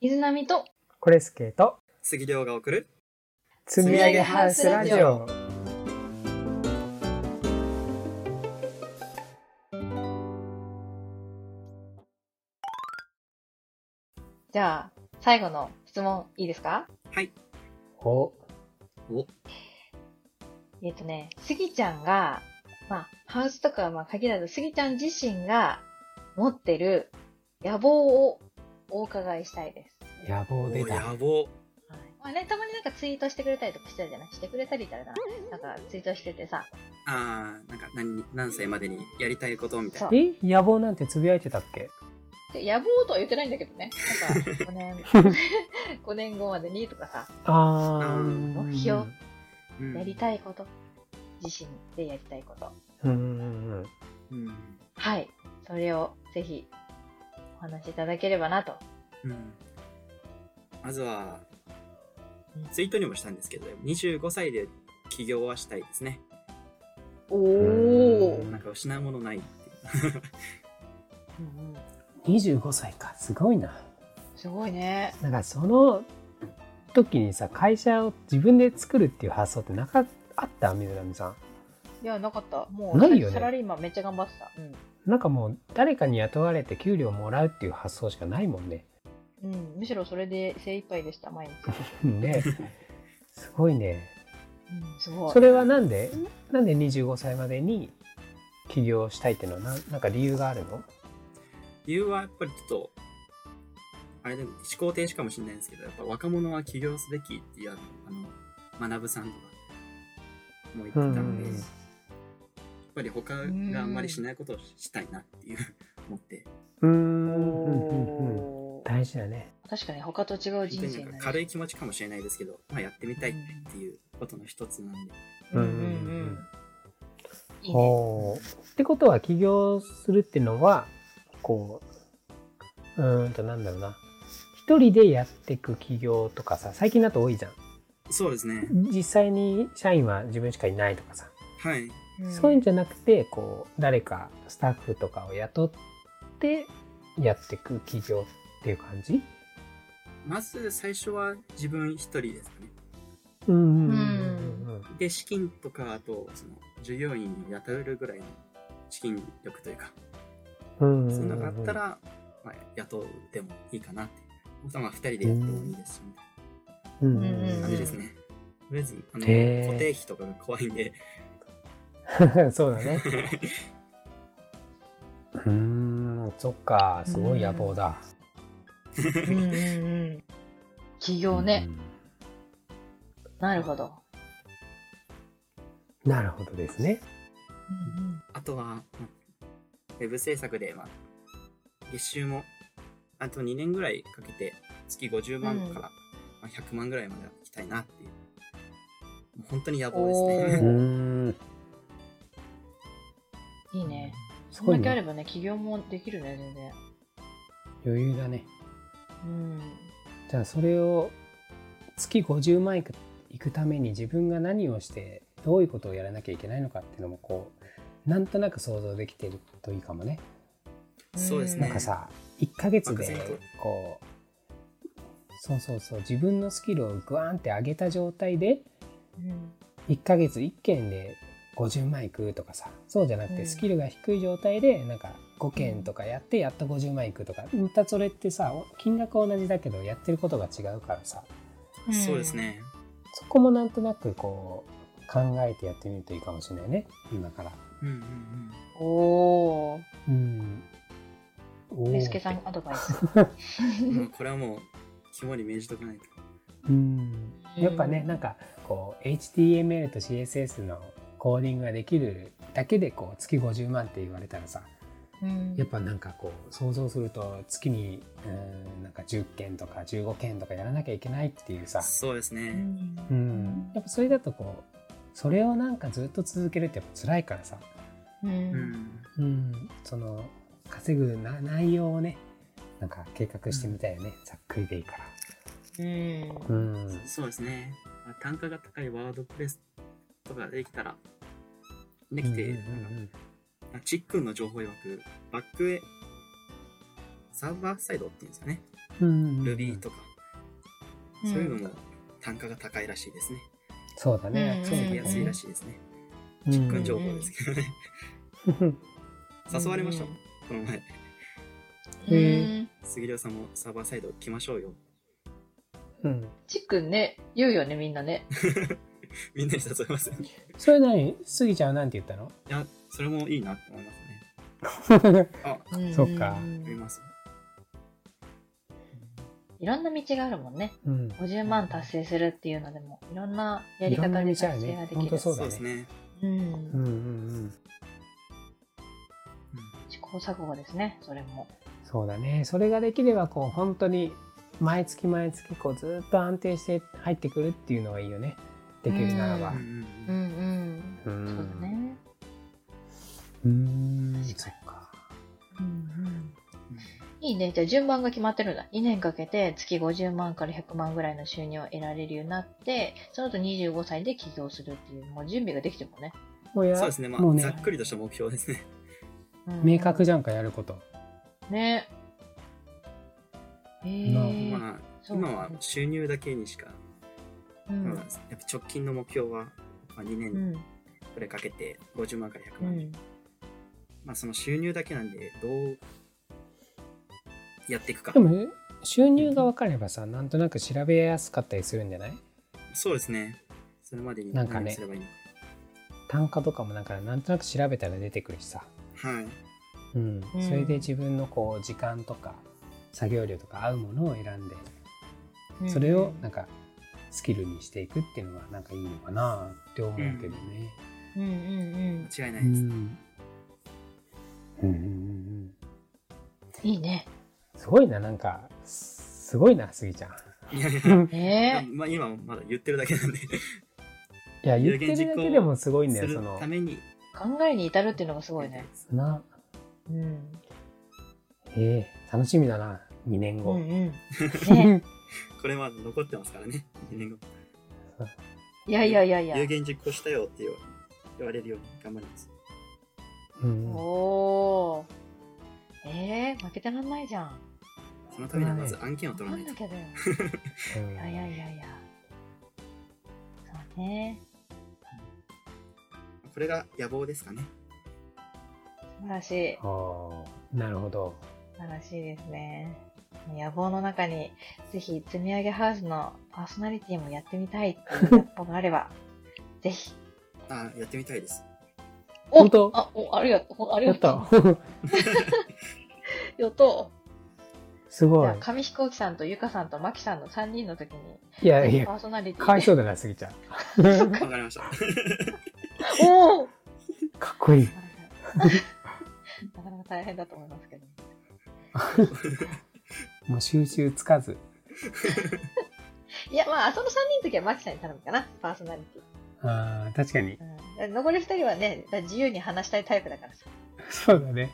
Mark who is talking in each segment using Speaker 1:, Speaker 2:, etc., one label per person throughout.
Speaker 1: 水波と
Speaker 2: コレスケと
Speaker 3: 杉亮が送る
Speaker 2: 積み上げハウスラジオ。
Speaker 1: じゃあ最後の質問いいですか
Speaker 2: お、
Speaker 3: お
Speaker 1: えっ、とねスギちゃんがまあハウスとかはまあ限らずスギちゃん自身が持ってる野望をお伺いしたいです、
Speaker 2: 野望出
Speaker 3: お
Speaker 2: た。
Speaker 3: や
Speaker 1: は
Speaker 3: ぼ
Speaker 1: いまあね、たまになんかツイートしてくれたりとかしてたじゃないしてくれたりだななんかツイートしててさ
Speaker 3: あーなんか何何歳までにやりたいことみたいな
Speaker 1: そう
Speaker 2: え、野望なんてつぶやいてたっけ
Speaker 1: で野望とは言ってないんだけどねなんか5年 5年後までにとかさ
Speaker 2: あー。
Speaker 3: うん
Speaker 1: 目標
Speaker 3: うん
Speaker 1: やりたいこと自身でやりたいこと
Speaker 2: うんうんうん。
Speaker 3: うん
Speaker 1: はい。それをぜひお話しいただければなと。
Speaker 3: うんまずは
Speaker 1: うん
Speaker 3: ツイートにもしたんですけど25歳で起業はしたいですね
Speaker 1: お
Speaker 2: おー
Speaker 3: なんか失うものないっていう
Speaker 2: 25歳か。すごいな。
Speaker 1: すごいね。
Speaker 2: なんかその時にさ、会社を自分で作るっていう発想ってなかあった水波さん。
Speaker 1: いや、なかった。も
Speaker 2: ないよね
Speaker 1: サラリーマンめっちゃ頑張ってた。
Speaker 2: なんかもう誰かに雇われて給料もらうっていう発想しかないもんね。
Speaker 1: うん。うん。むしろそれで精一杯でした、毎日。
Speaker 2: ね。すごいね。
Speaker 1: うん、すごい。
Speaker 2: それはなんでなんで25歳までに起業したいっていうのはななんか理由があるの
Speaker 3: 理由はやっぱりちょっとあれでも思考停止かもしれないんですけどやっぱ若者は起業すべきっていうあのあの学さんとかも言ってたんで、
Speaker 2: うん
Speaker 3: やっぱり他があんまりしないことをしたいなっていう思って
Speaker 2: うー
Speaker 1: お
Speaker 2: ん。
Speaker 1: ー
Speaker 2: 大事だね。
Speaker 1: 確かに他と違う
Speaker 3: 本当
Speaker 1: 人生に
Speaker 3: にな
Speaker 1: な
Speaker 3: んか
Speaker 1: る
Speaker 3: 軽い気持ちかもしれないですけど、まあ、やってみたいっていうことの一つなんで
Speaker 1: うんうん
Speaker 2: うん
Speaker 1: うん。いいね。
Speaker 2: おーってことは起業するっていうのはこううーんとなんだろうな一人でやってく起業とかさ最近だと多いじゃん
Speaker 3: そうですね
Speaker 2: 実際に社員は自分しかいないとかさ、
Speaker 3: はい
Speaker 1: うん
Speaker 2: そういうんじゃなくてこう誰かスタッフとかを雇ってやってく起業っていう感じ
Speaker 3: まず最初は自分一人ですかね
Speaker 2: うん
Speaker 1: うん
Speaker 3: で資金とかあとその従業員を雇えるぐらいの資金力というか
Speaker 2: うん
Speaker 3: そんなのがあったら、まあ、雇ってもいいかなっていう。まあ、2人でやってもいいですし、みたい
Speaker 2: うん
Speaker 1: うん
Speaker 3: な
Speaker 1: うん
Speaker 3: 感じですね。とりあえず、あの、
Speaker 2: へー
Speaker 3: 固定費とかが怖いんで、
Speaker 2: そうだねうーんそっかすごい野望だ、
Speaker 1: うんうんうん。起業ね。なるほど。
Speaker 2: うん。なるほどですね。
Speaker 3: あとは、まあウェブ制作で、まあ、月収も、あと2年ぐらいかけて、月50万
Speaker 1: うん
Speaker 3: から、まあ、100万ぐらいまではいきたいなっていう。もう本当に野望
Speaker 1: お
Speaker 3: です
Speaker 1: ー
Speaker 3: ね。
Speaker 2: ん。
Speaker 1: いいね。
Speaker 2: す
Speaker 1: そん
Speaker 2: ごい
Speaker 1: だけあれ
Speaker 2: ね。
Speaker 1: ばね、起業もできるね、全然。
Speaker 2: 余裕だね。
Speaker 1: うん。
Speaker 2: じゃあそれを月50万いくいくために自分が何をしてどういうことをやらなきゃいけないのかっていうのもこうなんとなく想像できてるといいかもね。
Speaker 3: そうですね
Speaker 2: なんかさ1ヶ月
Speaker 3: 漠
Speaker 2: で
Speaker 3: 然と
Speaker 2: こうそうそうそう自分のスキルをグワーンって上げた状態で
Speaker 1: うん
Speaker 2: 1ヶ月1件で50万いくとかさそうじゃなく
Speaker 1: う
Speaker 2: て
Speaker 1: ん
Speaker 2: スキルが低い状態でなんか5件とかやってやっと50万いくとかまたそれってさ金額は同じだけどやってることが違うからさ
Speaker 1: うん
Speaker 3: そうですね。
Speaker 2: そこもなんとなくこう考えてやってみるといいかもしれないね今から。
Speaker 3: うんうんうん。
Speaker 1: おー。
Speaker 2: うんおー
Speaker 1: ゆうすけさんアドバイス。
Speaker 3: もうこれはもう、肝に銘じとかないと。
Speaker 2: うん やっぱねなんかこう HTML と CSS のコーディングができるだけでこう月50万って言われたらさ
Speaker 1: うん
Speaker 2: やっぱなんかこう想像すると月にうんなんか10件とか15件とかやらなきゃいけないっていうさ、
Speaker 3: そうです
Speaker 1: う
Speaker 3: ね。
Speaker 1: ん
Speaker 2: うん、やっぱそれだとこうそれをなんかずっと続けるってやっぱ辛いからさ、
Speaker 1: う
Speaker 3: うんん。
Speaker 2: うん、その稼ぐな内容をねなんか計画してみたいよね、ざっくりでいいから。
Speaker 1: うん
Speaker 2: うん
Speaker 3: そうですね。まあ単価が高いワードプレスとかできたら、できて、
Speaker 2: うんうんうん
Speaker 3: あちっくんの情報曰く、バックサーバーサイドっていうんですかね。
Speaker 2: うんうんうん
Speaker 3: Ruby とか、そういうのも単価が高いらしいですね。
Speaker 2: そうだね。
Speaker 1: うん
Speaker 2: そうだ
Speaker 3: 稼ぎ
Speaker 2: ね
Speaker 3: やすいらしいですね。
Speaker 2: うん
Speaker 3: 実感情報ですけどね。誘われましたもん、この前。
Speaker 2: へえ
Speaker 1: うん
Speaker 3: 杉良さんもサーバーサイド来ましょうよ。
Speaker 2: うん。
Speaker 1: ちっくんね、言うよね、みんなね。
Speaker 3: みんなに誘いますよね。
Speaker 2: それ何スギちゃんは何て言ったの
Speaker 3: いや、それもいいなって思いますね。 あ、
Speaker 2: そっか
Speaker 1: ん
Speaker 3: 思います。
Speaker 1: いろんな道があるもんね。
Speaker 2: うん。
Speaker 1: 50万達成するっていうのでも、いろんなやり方
Speaker 2: いろん
Speaker 1: で
Speaker 2: な道あ
Speaker 1: 達
Speaker 2: るね
Speaker 1: 成がで
Speaker 2: ほ
Speaker 1: き
Speaker 2: んと
Speaker 1: る。
Speaker 2: そうだね
Speaker 3: ですね。
Speaker 1: うん
Speaker 2: うんうんうん。
Speaker 1: 試行錯誤ですね、それも。
Speaker 2: そうだね。それができれば、こう、本当に、毎月毎月、こう、ずっと安定して入ってくるっていうのはいいよね。できるならば
Speaker 3: うん。
Speaker 1: う
Speaker 3: うんうん
Speaker 1: ん
Speaker 2: う
Speaker 1: うんん。そうだ。ね。
Speaker 2: うーん、そっか。
Speaker 1: うんうんいいね。じゃあ順番が決まってるんだ。2年かけて月50万から100万ぐらいの収入を得られるようになって、その後25歳で起業するっていう、もう準備ができてるもんね。
Speaker 2: もうや、
Speaker 3: そうですね、ま
Speaker 2: もう
Speaker 3: あ、
Speaker 2: ね
Speaker 3: ざっくりとした目標ですね。
Speaker 1: うん
Speaker 2: 明確じゃんか、やること。
Speaker 1: ね。えー、
Speaker 3: まあ、
Speaker 1: そう
Speaker 3: 今は収入だけにしか、
Speaker 1: うん
Speaker 3: まあやっぱ直近の目標は、まあ、2
Speaker 1: う
Speaker 3: 年
Speaker 1: ん
Speaker 3: くらいかけて50万から100
Speaker 1: う
Speaker 3: 万、
Speaker 1: ん
Speaker 3: まあその収入だけなんで、どうやっていくか
Speaker 2: で。も、収入が分かればさ、なんとなく調べやすかったりするんじゃない
Speaker 3: そうですね。それまでに
Speaker 2: なんかね
Speaker 3: 何すればいいのか。
Speaker 2: 単価とかもなんか、なんとなく調べたら出てくるしさ。
Speaker 3: はい。
Speaker 2: うん。
Speaker 1: うん
Speaker 2: それで自分の、こう、時間とか、作業量とか合うものを選んで、
Speaker 1: うん
Speaker 2: それを、なんか、スキルにしていくっていうのは、なんかいいのかなって思うけどね。
Speaker 1: うんうん
Speaker 3: 間違いな
Speaker 2: う
Speaker 3: いです。
Speaker 2: んうんうんうんうん
Speaker 1: うんいいね
Speaker 2: すごいな、なんか、すすごいな、スギちゃん。
Speaker 3: いやいや
Speaker 2: い
Speaker 1: ね
Speaker 3: まあ今はまだ言ってるだけなんで、す
Speaker 2: や、言ってるだけでもすごいんだよ、
Speaker 3: る
Speaker 2: その
Speaker 3: た、めに。
Speaker 1: 考えに至るっていうのがすごいね
Speaker 2: な、
Speaker 1: うん
Speaker 2: ええ楽しみだな、2年
Speaker 1: う
Speaker 2: 後。
Speaker 1: ん うんね
Speaker 3: これまだ残ってますからね。2年後
Speaker 1: いやいやいや いや
Speaker 3: 有言実行したよって言わ言われるように頑張ります。
Speaker 2: うん
Speaker 1: おおえー、負けてらんないじゃん
Speaker 3: そのためにはまず案件を取
Speaker 1: な
Speaker 3: らない
Speaker 1: んだけ
Speaker 3: と。
Speaker 1: どよ
Speaker 2: う
Speaker 1: い
Speaker 2: ん
Speaker 1: やいやいやいやそうね
Speaker 3: これが野望ですかね。
Speaker 1: 素晴らしい
Speaker 2: おーなるほど。
Speaker 1: 素晴らしいですね。野望の中に、ぜひ、積み上げハウスのパーソナリティもやってみたいっていう野望があれば、 ぜひ。
Speaker 3: ああ、やってみたいです。
Speaker 1: お
Speaker 2: 本当
Speaker 1: あ、お、ありがとう。あり
Speaker 2: や
Speaker 1: が
Speaker 2: った
Speaker 1: と。う。やった。
Speaker 2: す
Speaker 1: じ
Speaker 2: ごい
Speaker 1: ゃあ、。紙飛行機さんとゆかさんとまきさんの3人の時に、
Speaker 2: いやい
Speaker 1: パ
Speaker 2: や、
Speaker 1: ーソナリティで。
Speaker 2: かわいそうだな、スギちゃん。
Speaker 3: わかり ました。
Speaker 1: おお
Speaker 2: かっこいい。
Speaker 1: なかなか大変だと思いますけど。
Speaker 2: もう収集つかず。
Speaker 1: いや、まあ、その3人の時はまきさんに頼むかな、パーソナリティ。
Speaker 2: ああ、確かに。
Speaker 1: うん、残り2人はね、自由に話したいタイプだからさ。
Speaker 2: そうだね。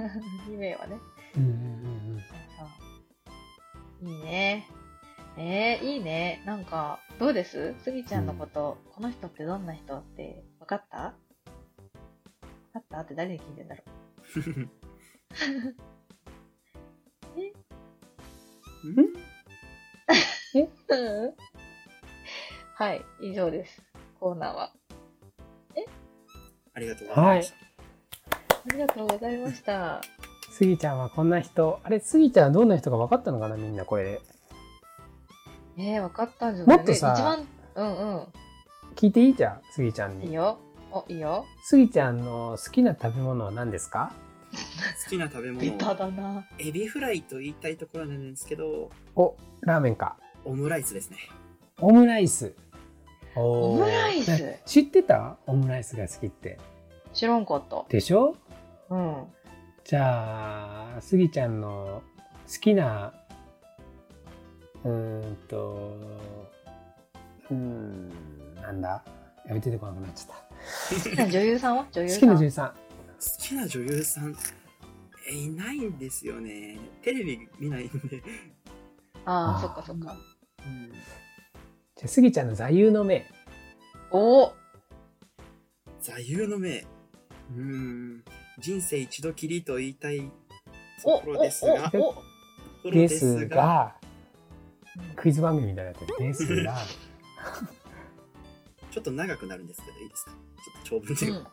Speaker 1: 2名はね。
Speaker 2: うんうんうん
Speaker 1: そういいね。えー、いいね。なんか、どうですスギちゃんのこと、この人ってどんな人って分かった分かったって誰に聞いてんだろう。うん はい、以上です。コーナーは。
Speaker 3: ありがとうございました。
Speaker 1: ありがとうございま した。
Speaker 2: スギちゃんはこんな人。あれ、スギちゃんはどんな人か分かったのかな、みんなこれで。
Speaker 1: えー、分かったんじゃない
Speaker 2: もっと
Speaker 1: で
Speaker 2: さ
Speaker 1: 一番、うん
Speaker 2: 聞いていいじゃん、スギちゃん
Speaker 1: うん。いい
Speaker 2: に。
Speaker 1: よ。お、いいよ。
Speaker 2: スギちゃんの好きな食べ物は何ですか
Speaker 3: 好きな食べ
Speaker 1: ベ
Speaker 3: 物
Speaker 1: タ
Speaker 3: は
Speaker 1: だな。
Speaker 3: エビフライと言いたいところなんですけど、
Speaker 2: お、ラーメンか。
Speaker 3: オムライスですね。
Speaker 2: オムライス。おー
Speaker 1: オムライス
Speaker 2: な知ってたオムライスが好きって。
Speaker 1: 知らんかった。
Speaker 2: でしょ
Speaker 1: うん。
Speaker 2: じゃあ、スギちゃんの好きな、うーんと、うーん、なんだやめててこなくなっちゃっ
Speaker 1: 好きな女優さんは女優
Speaker 2: た。
Speaker 1: さん。
Speaker 2: 好きな女優さん。
Speaker 3: 好きな女優さん、えいないんですよね。テレビ見ないんで。
Speaker 1: あ
Speaker 2: あー
Speaker 1: あ、そっかそっか。
Speaker 2: じゃあ、スギちゃんの座右の銘。
Speaker 1: おお
Speaker 3: 座右の銘。うーん。人生一度きりと言いたい
Speaker 1: お、
Speaker 3: ところですが、と
Speaker 1: お、お、お、
Speaker 3: ころ
Speaker 2: で
Speaker 3: ですすが、
Speaker 2: が、クイズ番組みたいになってるですが、
Speaker 3: ちょっと長くなるんですけど、いいですかちょっと長文で、
Speaker 1: うん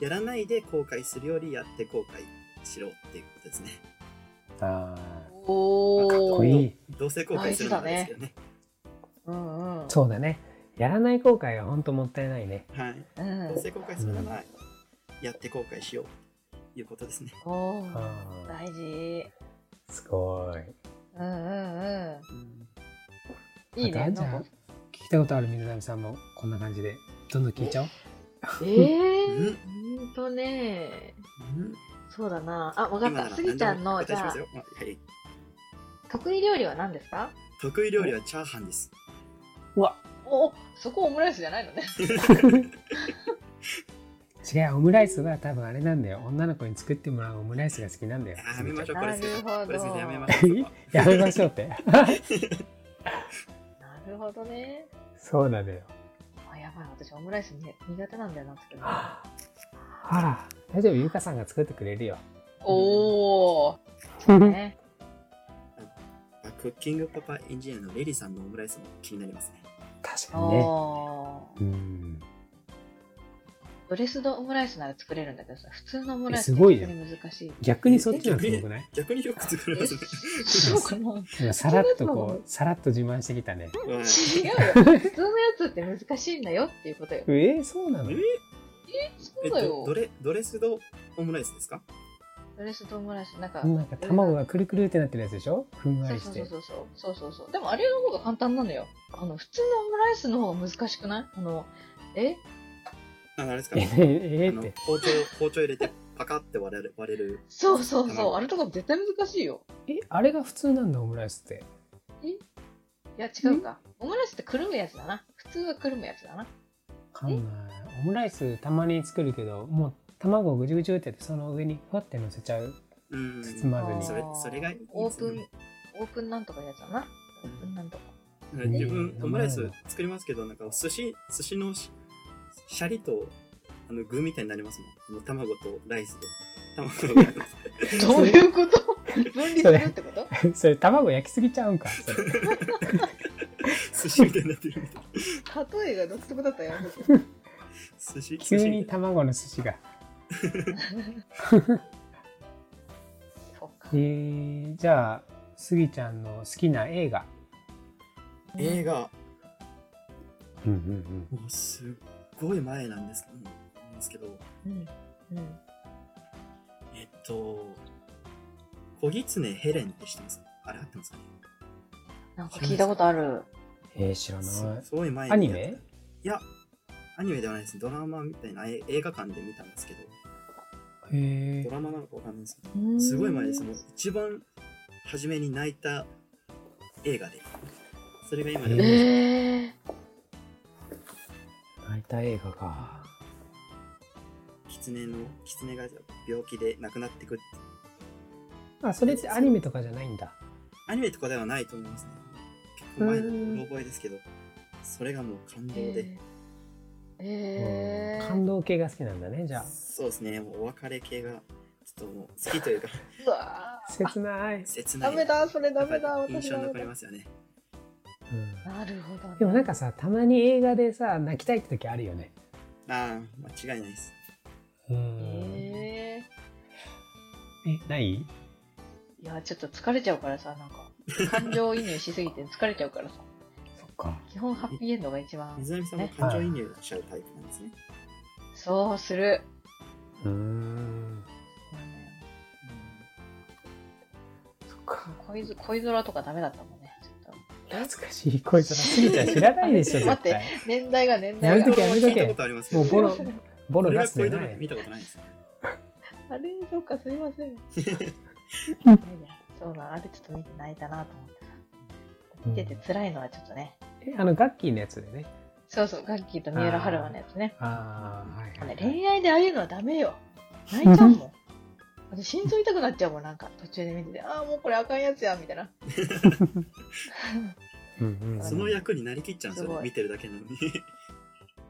Speaker 3: やらないで後悔するよりやって後悔しろっていうことですね。
Speaker 2: あー
Speaker 1: お
Speaker 3: かっ
Speaker 2: かっ
Speaker 1: お
Speaker 2: こいい。
Speaker 3: どうせ後悔するんですけどね。
Speaker 1: うんうん。
Speaker 2: そうだね。やらない後悔は本当もったいないね。
Speaker 3: はい。
Speaker 1: う
Speaker 3: ど
Speaker 1: ん
Speaker 3: う。せ後悔するなら、やって後悔しようということですね。
Speaker 1: お
Speaker 2: あ
Speaker 1: ー
Speaker 2: ー
Speaker 1: 大事。
Speaker 2: すごい。
Speaker 1: うんうんう
Speaker 3: うん
Speaker 1: ん。いいね。
Speaker 2: あとあんち
Speaker 1: な
Speaker 2: ゃ
Speaker 1: ん
Speaker 2: ん
Speaker 1: か
Speaker 2: 聞いたことある水上さんもこんな感じで、どんどん聞いちゃおう。
Speaker 1: え
Speaker 3: うん
Speaker 1: ー、ほんとね。
Speaker 3: うん
Speaker 1: そうだな。あ、わか
Speaker 3: 今
Speaker 1: っ
Speaker 3: な
Speaker 1: た。
Speaker 3: ら
Speaker 1: スギちゃんの、
Speaker 3: 何
Speaker 1: じ
Speaker 3: でも答えし
Speaker 1: ゃ
Speaker 3: ま
Speaker 1: あ
Speaker 3: す、よまあはい。
Speaker 1: 得意料理は何ですか
Speaker 3: 得意料理はチャーハンです。
Speaker 2: うわ
Speaker 1: お、そこオムライスじゃないのね。
Speaker 2: 違う、オムライスは多分あれなんだよ。女の子に作ってもらうオムライスが好きなんだよ。
Speaker 3: やめましょう、こ
Speaker 1: な
Speaker 3: れ
Speaker 1: る
Speaker 3: すぎ
Speaker 1: ほど
Speaker 3: これすぎやめましょう。
Speaker 2: やめましょ うって。
Speaker 1: なるほどね。
Speaker 2: そうなんだよ。
Speaker 1: あ、やばい。私オムライスに苦手なんだよな、つけど。
Speaker 2: あら、大丈夫、ゆかさんが作ってくれるよ。
Speaker 1: おー。ね。
Speaker 3: あクッキングパパエンジニアのレリさんのオムライスも気になりますね。
Speaker 2: 確かにね。
Speaker 1: おー。
Speaker 2: うん。
Speaker 1: ドレスドオムライスなら作れるんだけどさ、普通のオムライス
Speaker 2: え
Speaker 1: っ
Speaker 2: すごい
Speaker 1: て逆
Speaker 2: ね
Speaker 1: に難しい。
Speaker 2: 逆にそっちの方がすごくない
Speaker 3: 逆によく作れますね。
Speaker 1: えそうかな
Speaker 2: 今さらっとこう、さらっと自慢してきたね。
Speaker 3: は
Speaker 1: 違う
Speaker 3: い
Speaker 1: よ。普通のやつって難しいんだよっていうことよ。
Speaker 2: えー、そうな
Speaker 1: そ
Speaker 2: の
Speaker 3: え
Speaker 1: う
Speaker 3: っ
Speaker 1: だ
Speaker 3: と
Speaker 1: よ
Speaker 3: ド。レドレスドオムライスですか
Speaker 1: ドレスドオムライス、なんか、
Speaker 2: なんか卵がくるくるってなってるやつでしょふんわ
Speaker 1: そう
Speaker 2: りし
Speaker 1: そう
Speaker 2: て。
Speaker 1: そうそう。そうそうそう。でもあれの方が簡単なのよ。あの、普通のオムライスの方が難しくないあの、え
Speaker 3: ああれですか
Speaker 2: え
Speaker 3: あ
Speaker 2: ー、えー
Speaker 3: の
Speaker 2: って。
Speaker 3: 包丁包丁入れてパカって割れる割れる。
Speaker 1: そうそうそう。
Speaker 3: 卵
Speaker 1: あれとか絶対難しいよ。
Speaker 2: え、あれが普通なんだ、オムライスって。
Speaker 1: いや、違うか。オムライスってくるむやつだな。普通はくるむやつだな。
Speaker 2: わかんない。オムライスたまに作るけど、もう卵をぐじゅぐじゅってやって、その上にふわって乗せちゃう。
Speaker 3: うん。
Speaker 2: 包まずに
Speaker 3: それそれがいいですね
Speaker 1: オープン、オープンなんとかのやつだな。オープンなんとか。
Speaker 2: ん
Speaker 3: 自分
Speaker 2: うん
Speaker 3: オムライス作りますけどなんか寿司寿司のしシャリとあの具みたいになりますもんあの。卵とライスで卵が
Speaker 1: どういうこと分離するってこと
Speaker 2: それ卵焼きすぎちゃうん か。それ
Speaker 3: 寿司みたいになってるみたい。
Speaker 1: 例えが独特だったよ。
Speaker 3: 寿司寿
Speaker 2: 急
Speaker 3: 司
Speaker 2: に
Speaker 3: みたい。
Speaker 2: 卵の寿司 が。
Speaker 1: そうか
Speaker 2: え。ー、じゃあ、スギちゃんの好きな映画。
Speaker 3: 映画
Speaker 2: うんうん
Speaker 3: もうすっごい前なんですうんなんですけど
Speaker 1: うん。うん。
Speaker 3: えっと小狐ヘレンって知ってますあれ合ってますかね
Speaker 1: なんか聞いたことある。
Speaker 2: うん。えー、知ら
Speaker 3: す
Speaker 2: ない。
Speaker 3: すごい前に
Speaker 2: アニメ
Speaker 3: いやアニメではないですドラマみたいなえ映画館で見たんですけど
Speaker 2: へ
Speaker 3: ドラマなのかわかんないですけどすごい前です。もう一番初めに泣いた映画で。それが今で
Speaker 1: え
Speaker 3: も、
Speaker 1: ー、
Speaker 2: ー、泣いた映画か。
Speaker 3: 狐の、狐が病気で亡くなってくって。
Speaker 2: あ、それってアニメとかじゃないんだ。
Speaker 3: アニメとかではないと思いますね。結構前の
Speaker 2: うん
Speaker 3: うろ覚えですけど、それがもう感動で。
Speaker 1: えー、
Speaker 2: 感動系が好きなんだね、じゃあ。
Speaker 3: そうですね、もうお別れ系が、ちょっともう好きというか、
Speaker 1: うわー
Speaker 2: 切ない。
Speaker 3: 切な
Speaker 1: ダ
Speaker 3: い。
Speaker 1: メだ、それダ
Speaker 3: やっぱ
Speaker 1: メ
Speaker 3: り
Speaker 1: だ、
Speaker 3: 印
Speaker 1: 私ダ
Speaker 3: 象に
Speaker 1: メ
Speaker 3: 残り
Speaker 1: だ。
Speaker 3: ますよね。
Speaker 2: うん
Speaker 1: なるほど、ね。
Speaker 2: でもなんかさ、たまに映画でさ、泣きたいって時あるよね。
Speaker 3: ああ、間違いないです。
Speaker 2: うん。
Speaker 1: え
Speaker 2: え、ない
Speaker 1: ー、いや、ちょっと疲れちゃうからさ、なんか、感情移入しすぎて疲れちゃう からさ、
Speaker 2: そっか。
Speaker 1: 基本ハッピーエンドが一番、
Speaker 3: 水波さんも
Speaker 1: ね
Speaker 3: 感情移入しちゃうタイプなんですね。
Speaker 1: そうする。
Speaker 2: うーん。そっか。
Speaker 1: 恋ず恋空とかダメだったもんね、ちょっ
Speaker 2: 懐かしい声じゃなすぎちゃん知らないで し
Speaker 1: 待
Speaker 2: ょ、絶
Speaker 1: って
Speaker 2: 対。
Speaker 1: と。年代が年代
Speaker 2: や
Speaker 1: が
Speaker 2: めと。けやめとけ
Speaker 3: 聞いたことありますけど
Speaker 2: もうボ ロ、ボロ
Speaker 3: 俺
Speaker 2: 出
Speaker 3: は
Speaker 2: す
Speaker 3: こうい
Speaker 2: で
Speaker 3: うド
Speaker 2: な
Speaker 3: ラマ見
Speaker 2: い。
Speaker 3: たことないです。
Speaker 1: あれ、そっか、すいま せん。いやいやそうだ、あれちょっと見て泣いたなと思ってさ。見てて辛いのはちょっとね。
Speaker 2: え、あの、ガッキーのやつでね。
Speaker 1: そうそう、ガッキーと三浦春馬のやつね。
Speaker 2: ああ、はいはい、はい。
Speaker 1: 恋愛でああいうのはダメよ。泣いちゃうもん。私、心臓痛くなっちゃうもん、なんか、途中で見てて、ああ、もうこれあかんやつや、みたいな。
Speaker 2: うんうんうん
Speaker 3: その役になりきっちゃうんです
Speaker 1: す
Speaker 3: よね
Speaker 1: ごい
Speaker 3: 見てるだけなのに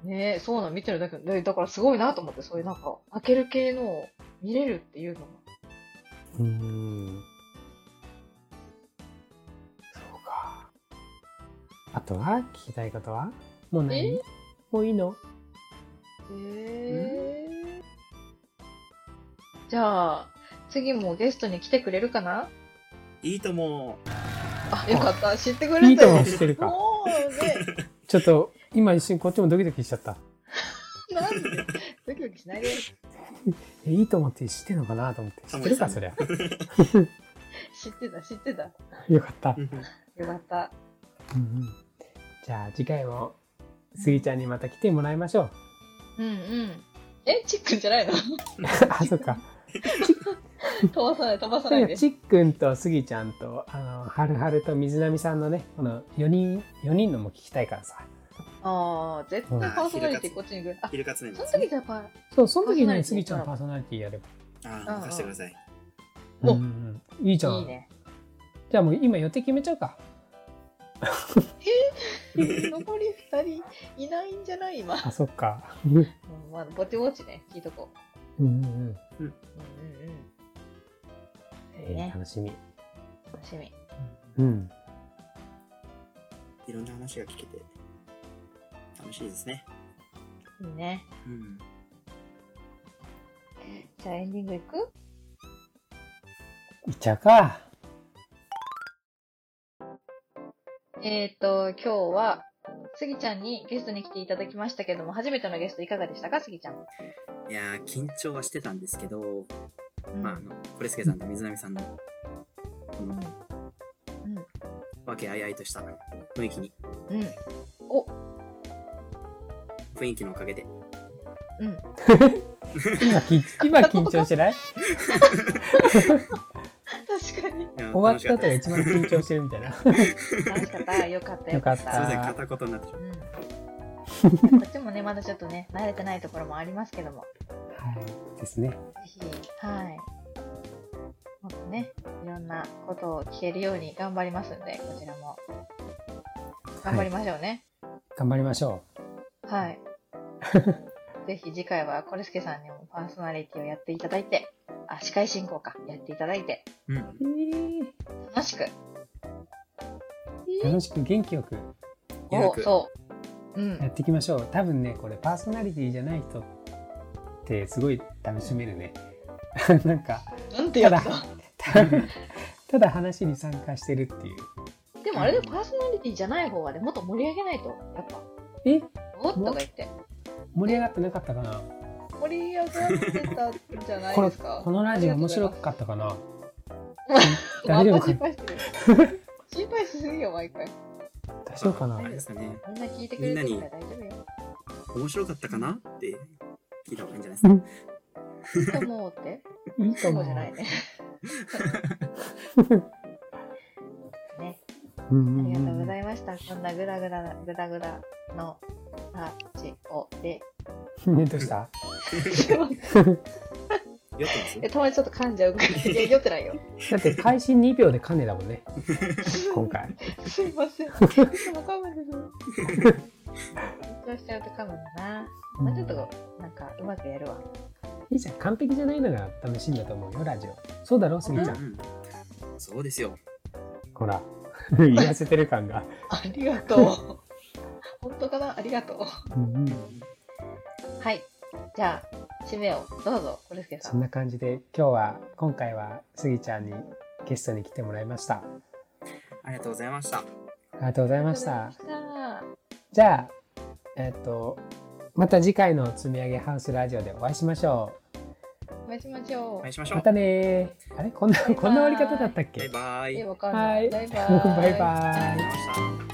Speaker 1: ねえ、そうなの見てるだけで、だからすごいなと思って、そういうなんか、開ける系のを見れるっていうのも
Speaker 2: うーん。そうか。あとは聞きたいことはもうない
Speaker 1: え
Speaker 2: もういいの
Speaker 1: えじゃあ次もゲストに来てくれるかない
Speaker 3: いとも。
Speaker 1: あよかった知ってくれた
Speaker 2: いいと
Speaker 1: よ
Speaker 2: もしてるか。
Speaker 1: もうね
Speaker 2: ちょっと、今一瞬こっちもドキドキしちゃった。
Speaker 1: なんでドキドキしないで
Speaker 2: えいいと思って知ってんのかなと思って。知ってるか、そりゃ。
Speaker 1: 知ってた知ってたよ
Speaker 2: よかった。
Speaker 1: かった
Speaker 2: うんうんじゃあ次回も、スギちゃんにまた来てもらいましょ
Speaker 1: う
Speaker 2: う。
Speaker 1: んうんえチックンじゃない の
Speaker 2: あ、そっか。
Speaker 1: 飛ばさない飛ばさないで
Speaker 2: ちっくんとスギちゃんと、あの、はるはると水波さんのね、この4人、4人のも聞きたいからさ。
Speaker 1: ああ絶対パーソナリティこっちに来るあ
Speaker 3: 昼活ね。
Speaker 1: その時じゃやっぱ
Speaker 2: そう、その時
Speaker 1: パーソナリ
Speaker 2: に
Speaker 1: ティ
Speaker 2: スギちゃんのパーソナリティやれば。
Speaker 3: ああ、任せてください。
Speaker 1: お
Speaker 2: うんうんいいじゃん。
Speaker 1: いいね
Speaker 2: じゃあもう今予定決めちゃうか。
Speaker 1: 残り2人いないんじゃない今、
Speaker 2: あ、そっか。
Speaker 1: うんまあ、ぼちぼちね聞いとこ
Speaker 2: うんう
Speaker 1: ううん
Speaker 2: ん
Speaker 1: うんうん
Speaker 2: うん。えー
Speaker 1: ね
Speaker 2: 楽しみ。
Speaker 1: 楽しみ
Speaker 2: うん。
Speaker 3: いろんな話が聞けて、楽しいですね。
Speaker 1: いいね
Speaker 3: うん。
Speaker 1: じゃあエンディングいく
Speaker 2: いっちゃうか。
Speaker 1: えっ、ー、と今日はスギちゃんにゲストに来ていただきましたけども初めてのゲストいかがでしたかスギちゃん、
Speaker 3: いやー、緊張はしてたんですけど、
Speaker 1: うん
Speaker 3: まあ、あの、コレスケさんと水波さんの、この、わけあいあいとした雰囲気に、
Speaker 1: うんうん
Speaker 3: 雰囲気のおかげで、
Speaker 1: うん
Speaker 2: 今 緊、今緊張してない
Speaker 1: 確 かに
Speaker 3: いや
Speaker 2: 終わった後が
Speaker 3: 楽し
Speaker 2: 一番緊張してるみ たいな。
Speaker 1: 楽しかったよかったよ
Speaker 2: よ
Speaker 1: かっ
Speaker 2: かった
Speaker 3: かったです。すいませ
Speaker 2: た
Speaker 3: ん、片言になってしま
Speaker 1: うん こっちもねまだちょっとね慣れてないところもありますけども
Speaker 2: はい。ですね。
Speaker 1: ぜひ、はい。もっとね、いろんなことを聞けるように頑張りますんで、こちらも。頑張りましょうね。
Speaker 2: 頑張りましょ
Speaker 1: はい。 ぜひ次回はコレスケさんにもパーソナリティをやっていただいて、あ、司会進行か、やっていただいて、
Speaker 3: う。うん。
Speaker 2: う。え
Speaker 1: 楽しく。
Speaker 2: ー楽しく元気よく
Speaker 3: ゆる
Speaker 1: お
Speaker 3: く
Speaker 1: そう。う
Speaker 2: や
Speaker 1: ん。
Speaker 2: っていきましょう。多分ね、これパーソナリティじゃない人ってすごい楽しめるね。 なんか、
Speaker 1: なんてやつ
Speaker 2: た
Speaker 1: だ。
Speaker 2: たただ話に参加してるっていう。
Speaker 1: でもあれでパーソナリティじゃない方はね、もっと盛り上げないと、やっぱ、
Speaker 2: え
Speaker 1: おっとか言って、
Speaker 2: 盛り上がってなかったかな
Speaker 1: 盛り上がってたんじゃない
Speaker 2: こ
Speaker 1: で
Speaker 2: れ
Speaker 1: すか。
Speaker 2: このラジオ面白かった かな
Speaker 1: ま
Speaker 2: 大丈
Speaker 1: た
Speaker 2: 夫か
Speaker 1: 心配してる。心配しすぎよ、毎回。
Speaker 2: 大丈夫かな
Speaker 3: あれですかね。
Speaker 1: みんな聞いてくれてるから大丈夫よ。
Speaker 3: 面白かったかなって聞いた方がいいんじゃないですか。
Speaker 1: いいと思うって。
Speaker 2: いいと
Speaker 1: そ
Speaker 2: 思
Speaker 1: う
Speaker 2: う
Speaker 1: じゃないね。 ね、あ
Speaker 2: うんうん
Speaker 1: り
Speaker 2: う
Speaker 1: がとうんございました。こんなグラグラな、グラグラのラジオで。
Speaker 2: うん。ねどうした
Speaker 3: 酔ってます
Speaker 1: え、たまにちょっと噛んじゃうから。 いや、酔ってないよ。
Speaker 2: だって開始2秒でカネだも んね、今回。
Speaker 1: すいません。いつも噛むんですよ。緊張しちゃうと噛むんだな。まあちょっと、なんか、うまくやるわ。
Speaker 2: いいじゃん、完璧じゃないのが楽しいんだと思うよ、ラジオ。そうだろ、すぎちゃん。
Speaker 3: うんそうですよ。
Speaker 2: ほら、 言わせてる感が。
Speaker 1: ありがとう。 本当かなありがとう。
Speaker 2: うんうん
Speaker 1: はい。じゃあ、締めをどうぞ、コレスケさ
Speaker 2: そん
Speaker 1: ん。
Speaker 2: な感じで、今日は、今回はすぎちゃんにゲストに来てもらいました。
Speaker 3: ありがとうございました。
Speaker 2: ありがとうございまし
Speaker 1: あ
Speaker 2: た
Speaker 1: り。がとうございまし
Speaker 2: じゃあ、えっと、また次回の積み上げハウスラジオでお会いしましょ
Speaker 1: た。お会いしましょう。
Speaker 3: お会いしまし
Speaker 2: う。
Speaker 3: ょ
Speaker 2: ま
Speaker 3: う。
Speaker 2: たねー。あれこんな、
Speaker 1: バイバイ
Speaker 2: こんな終わり方だったっ
Speaker 3: バイ
Speaker 2: け
Speaker 3: バイ。あ
Speaker 1: え、
Speaker 3: りがと
Speaker 1: わかん
Speaker 2: は
Speaker 1: ないい。バイバイ。
Speaker 2: バイバイ
Speaker 3: うございました。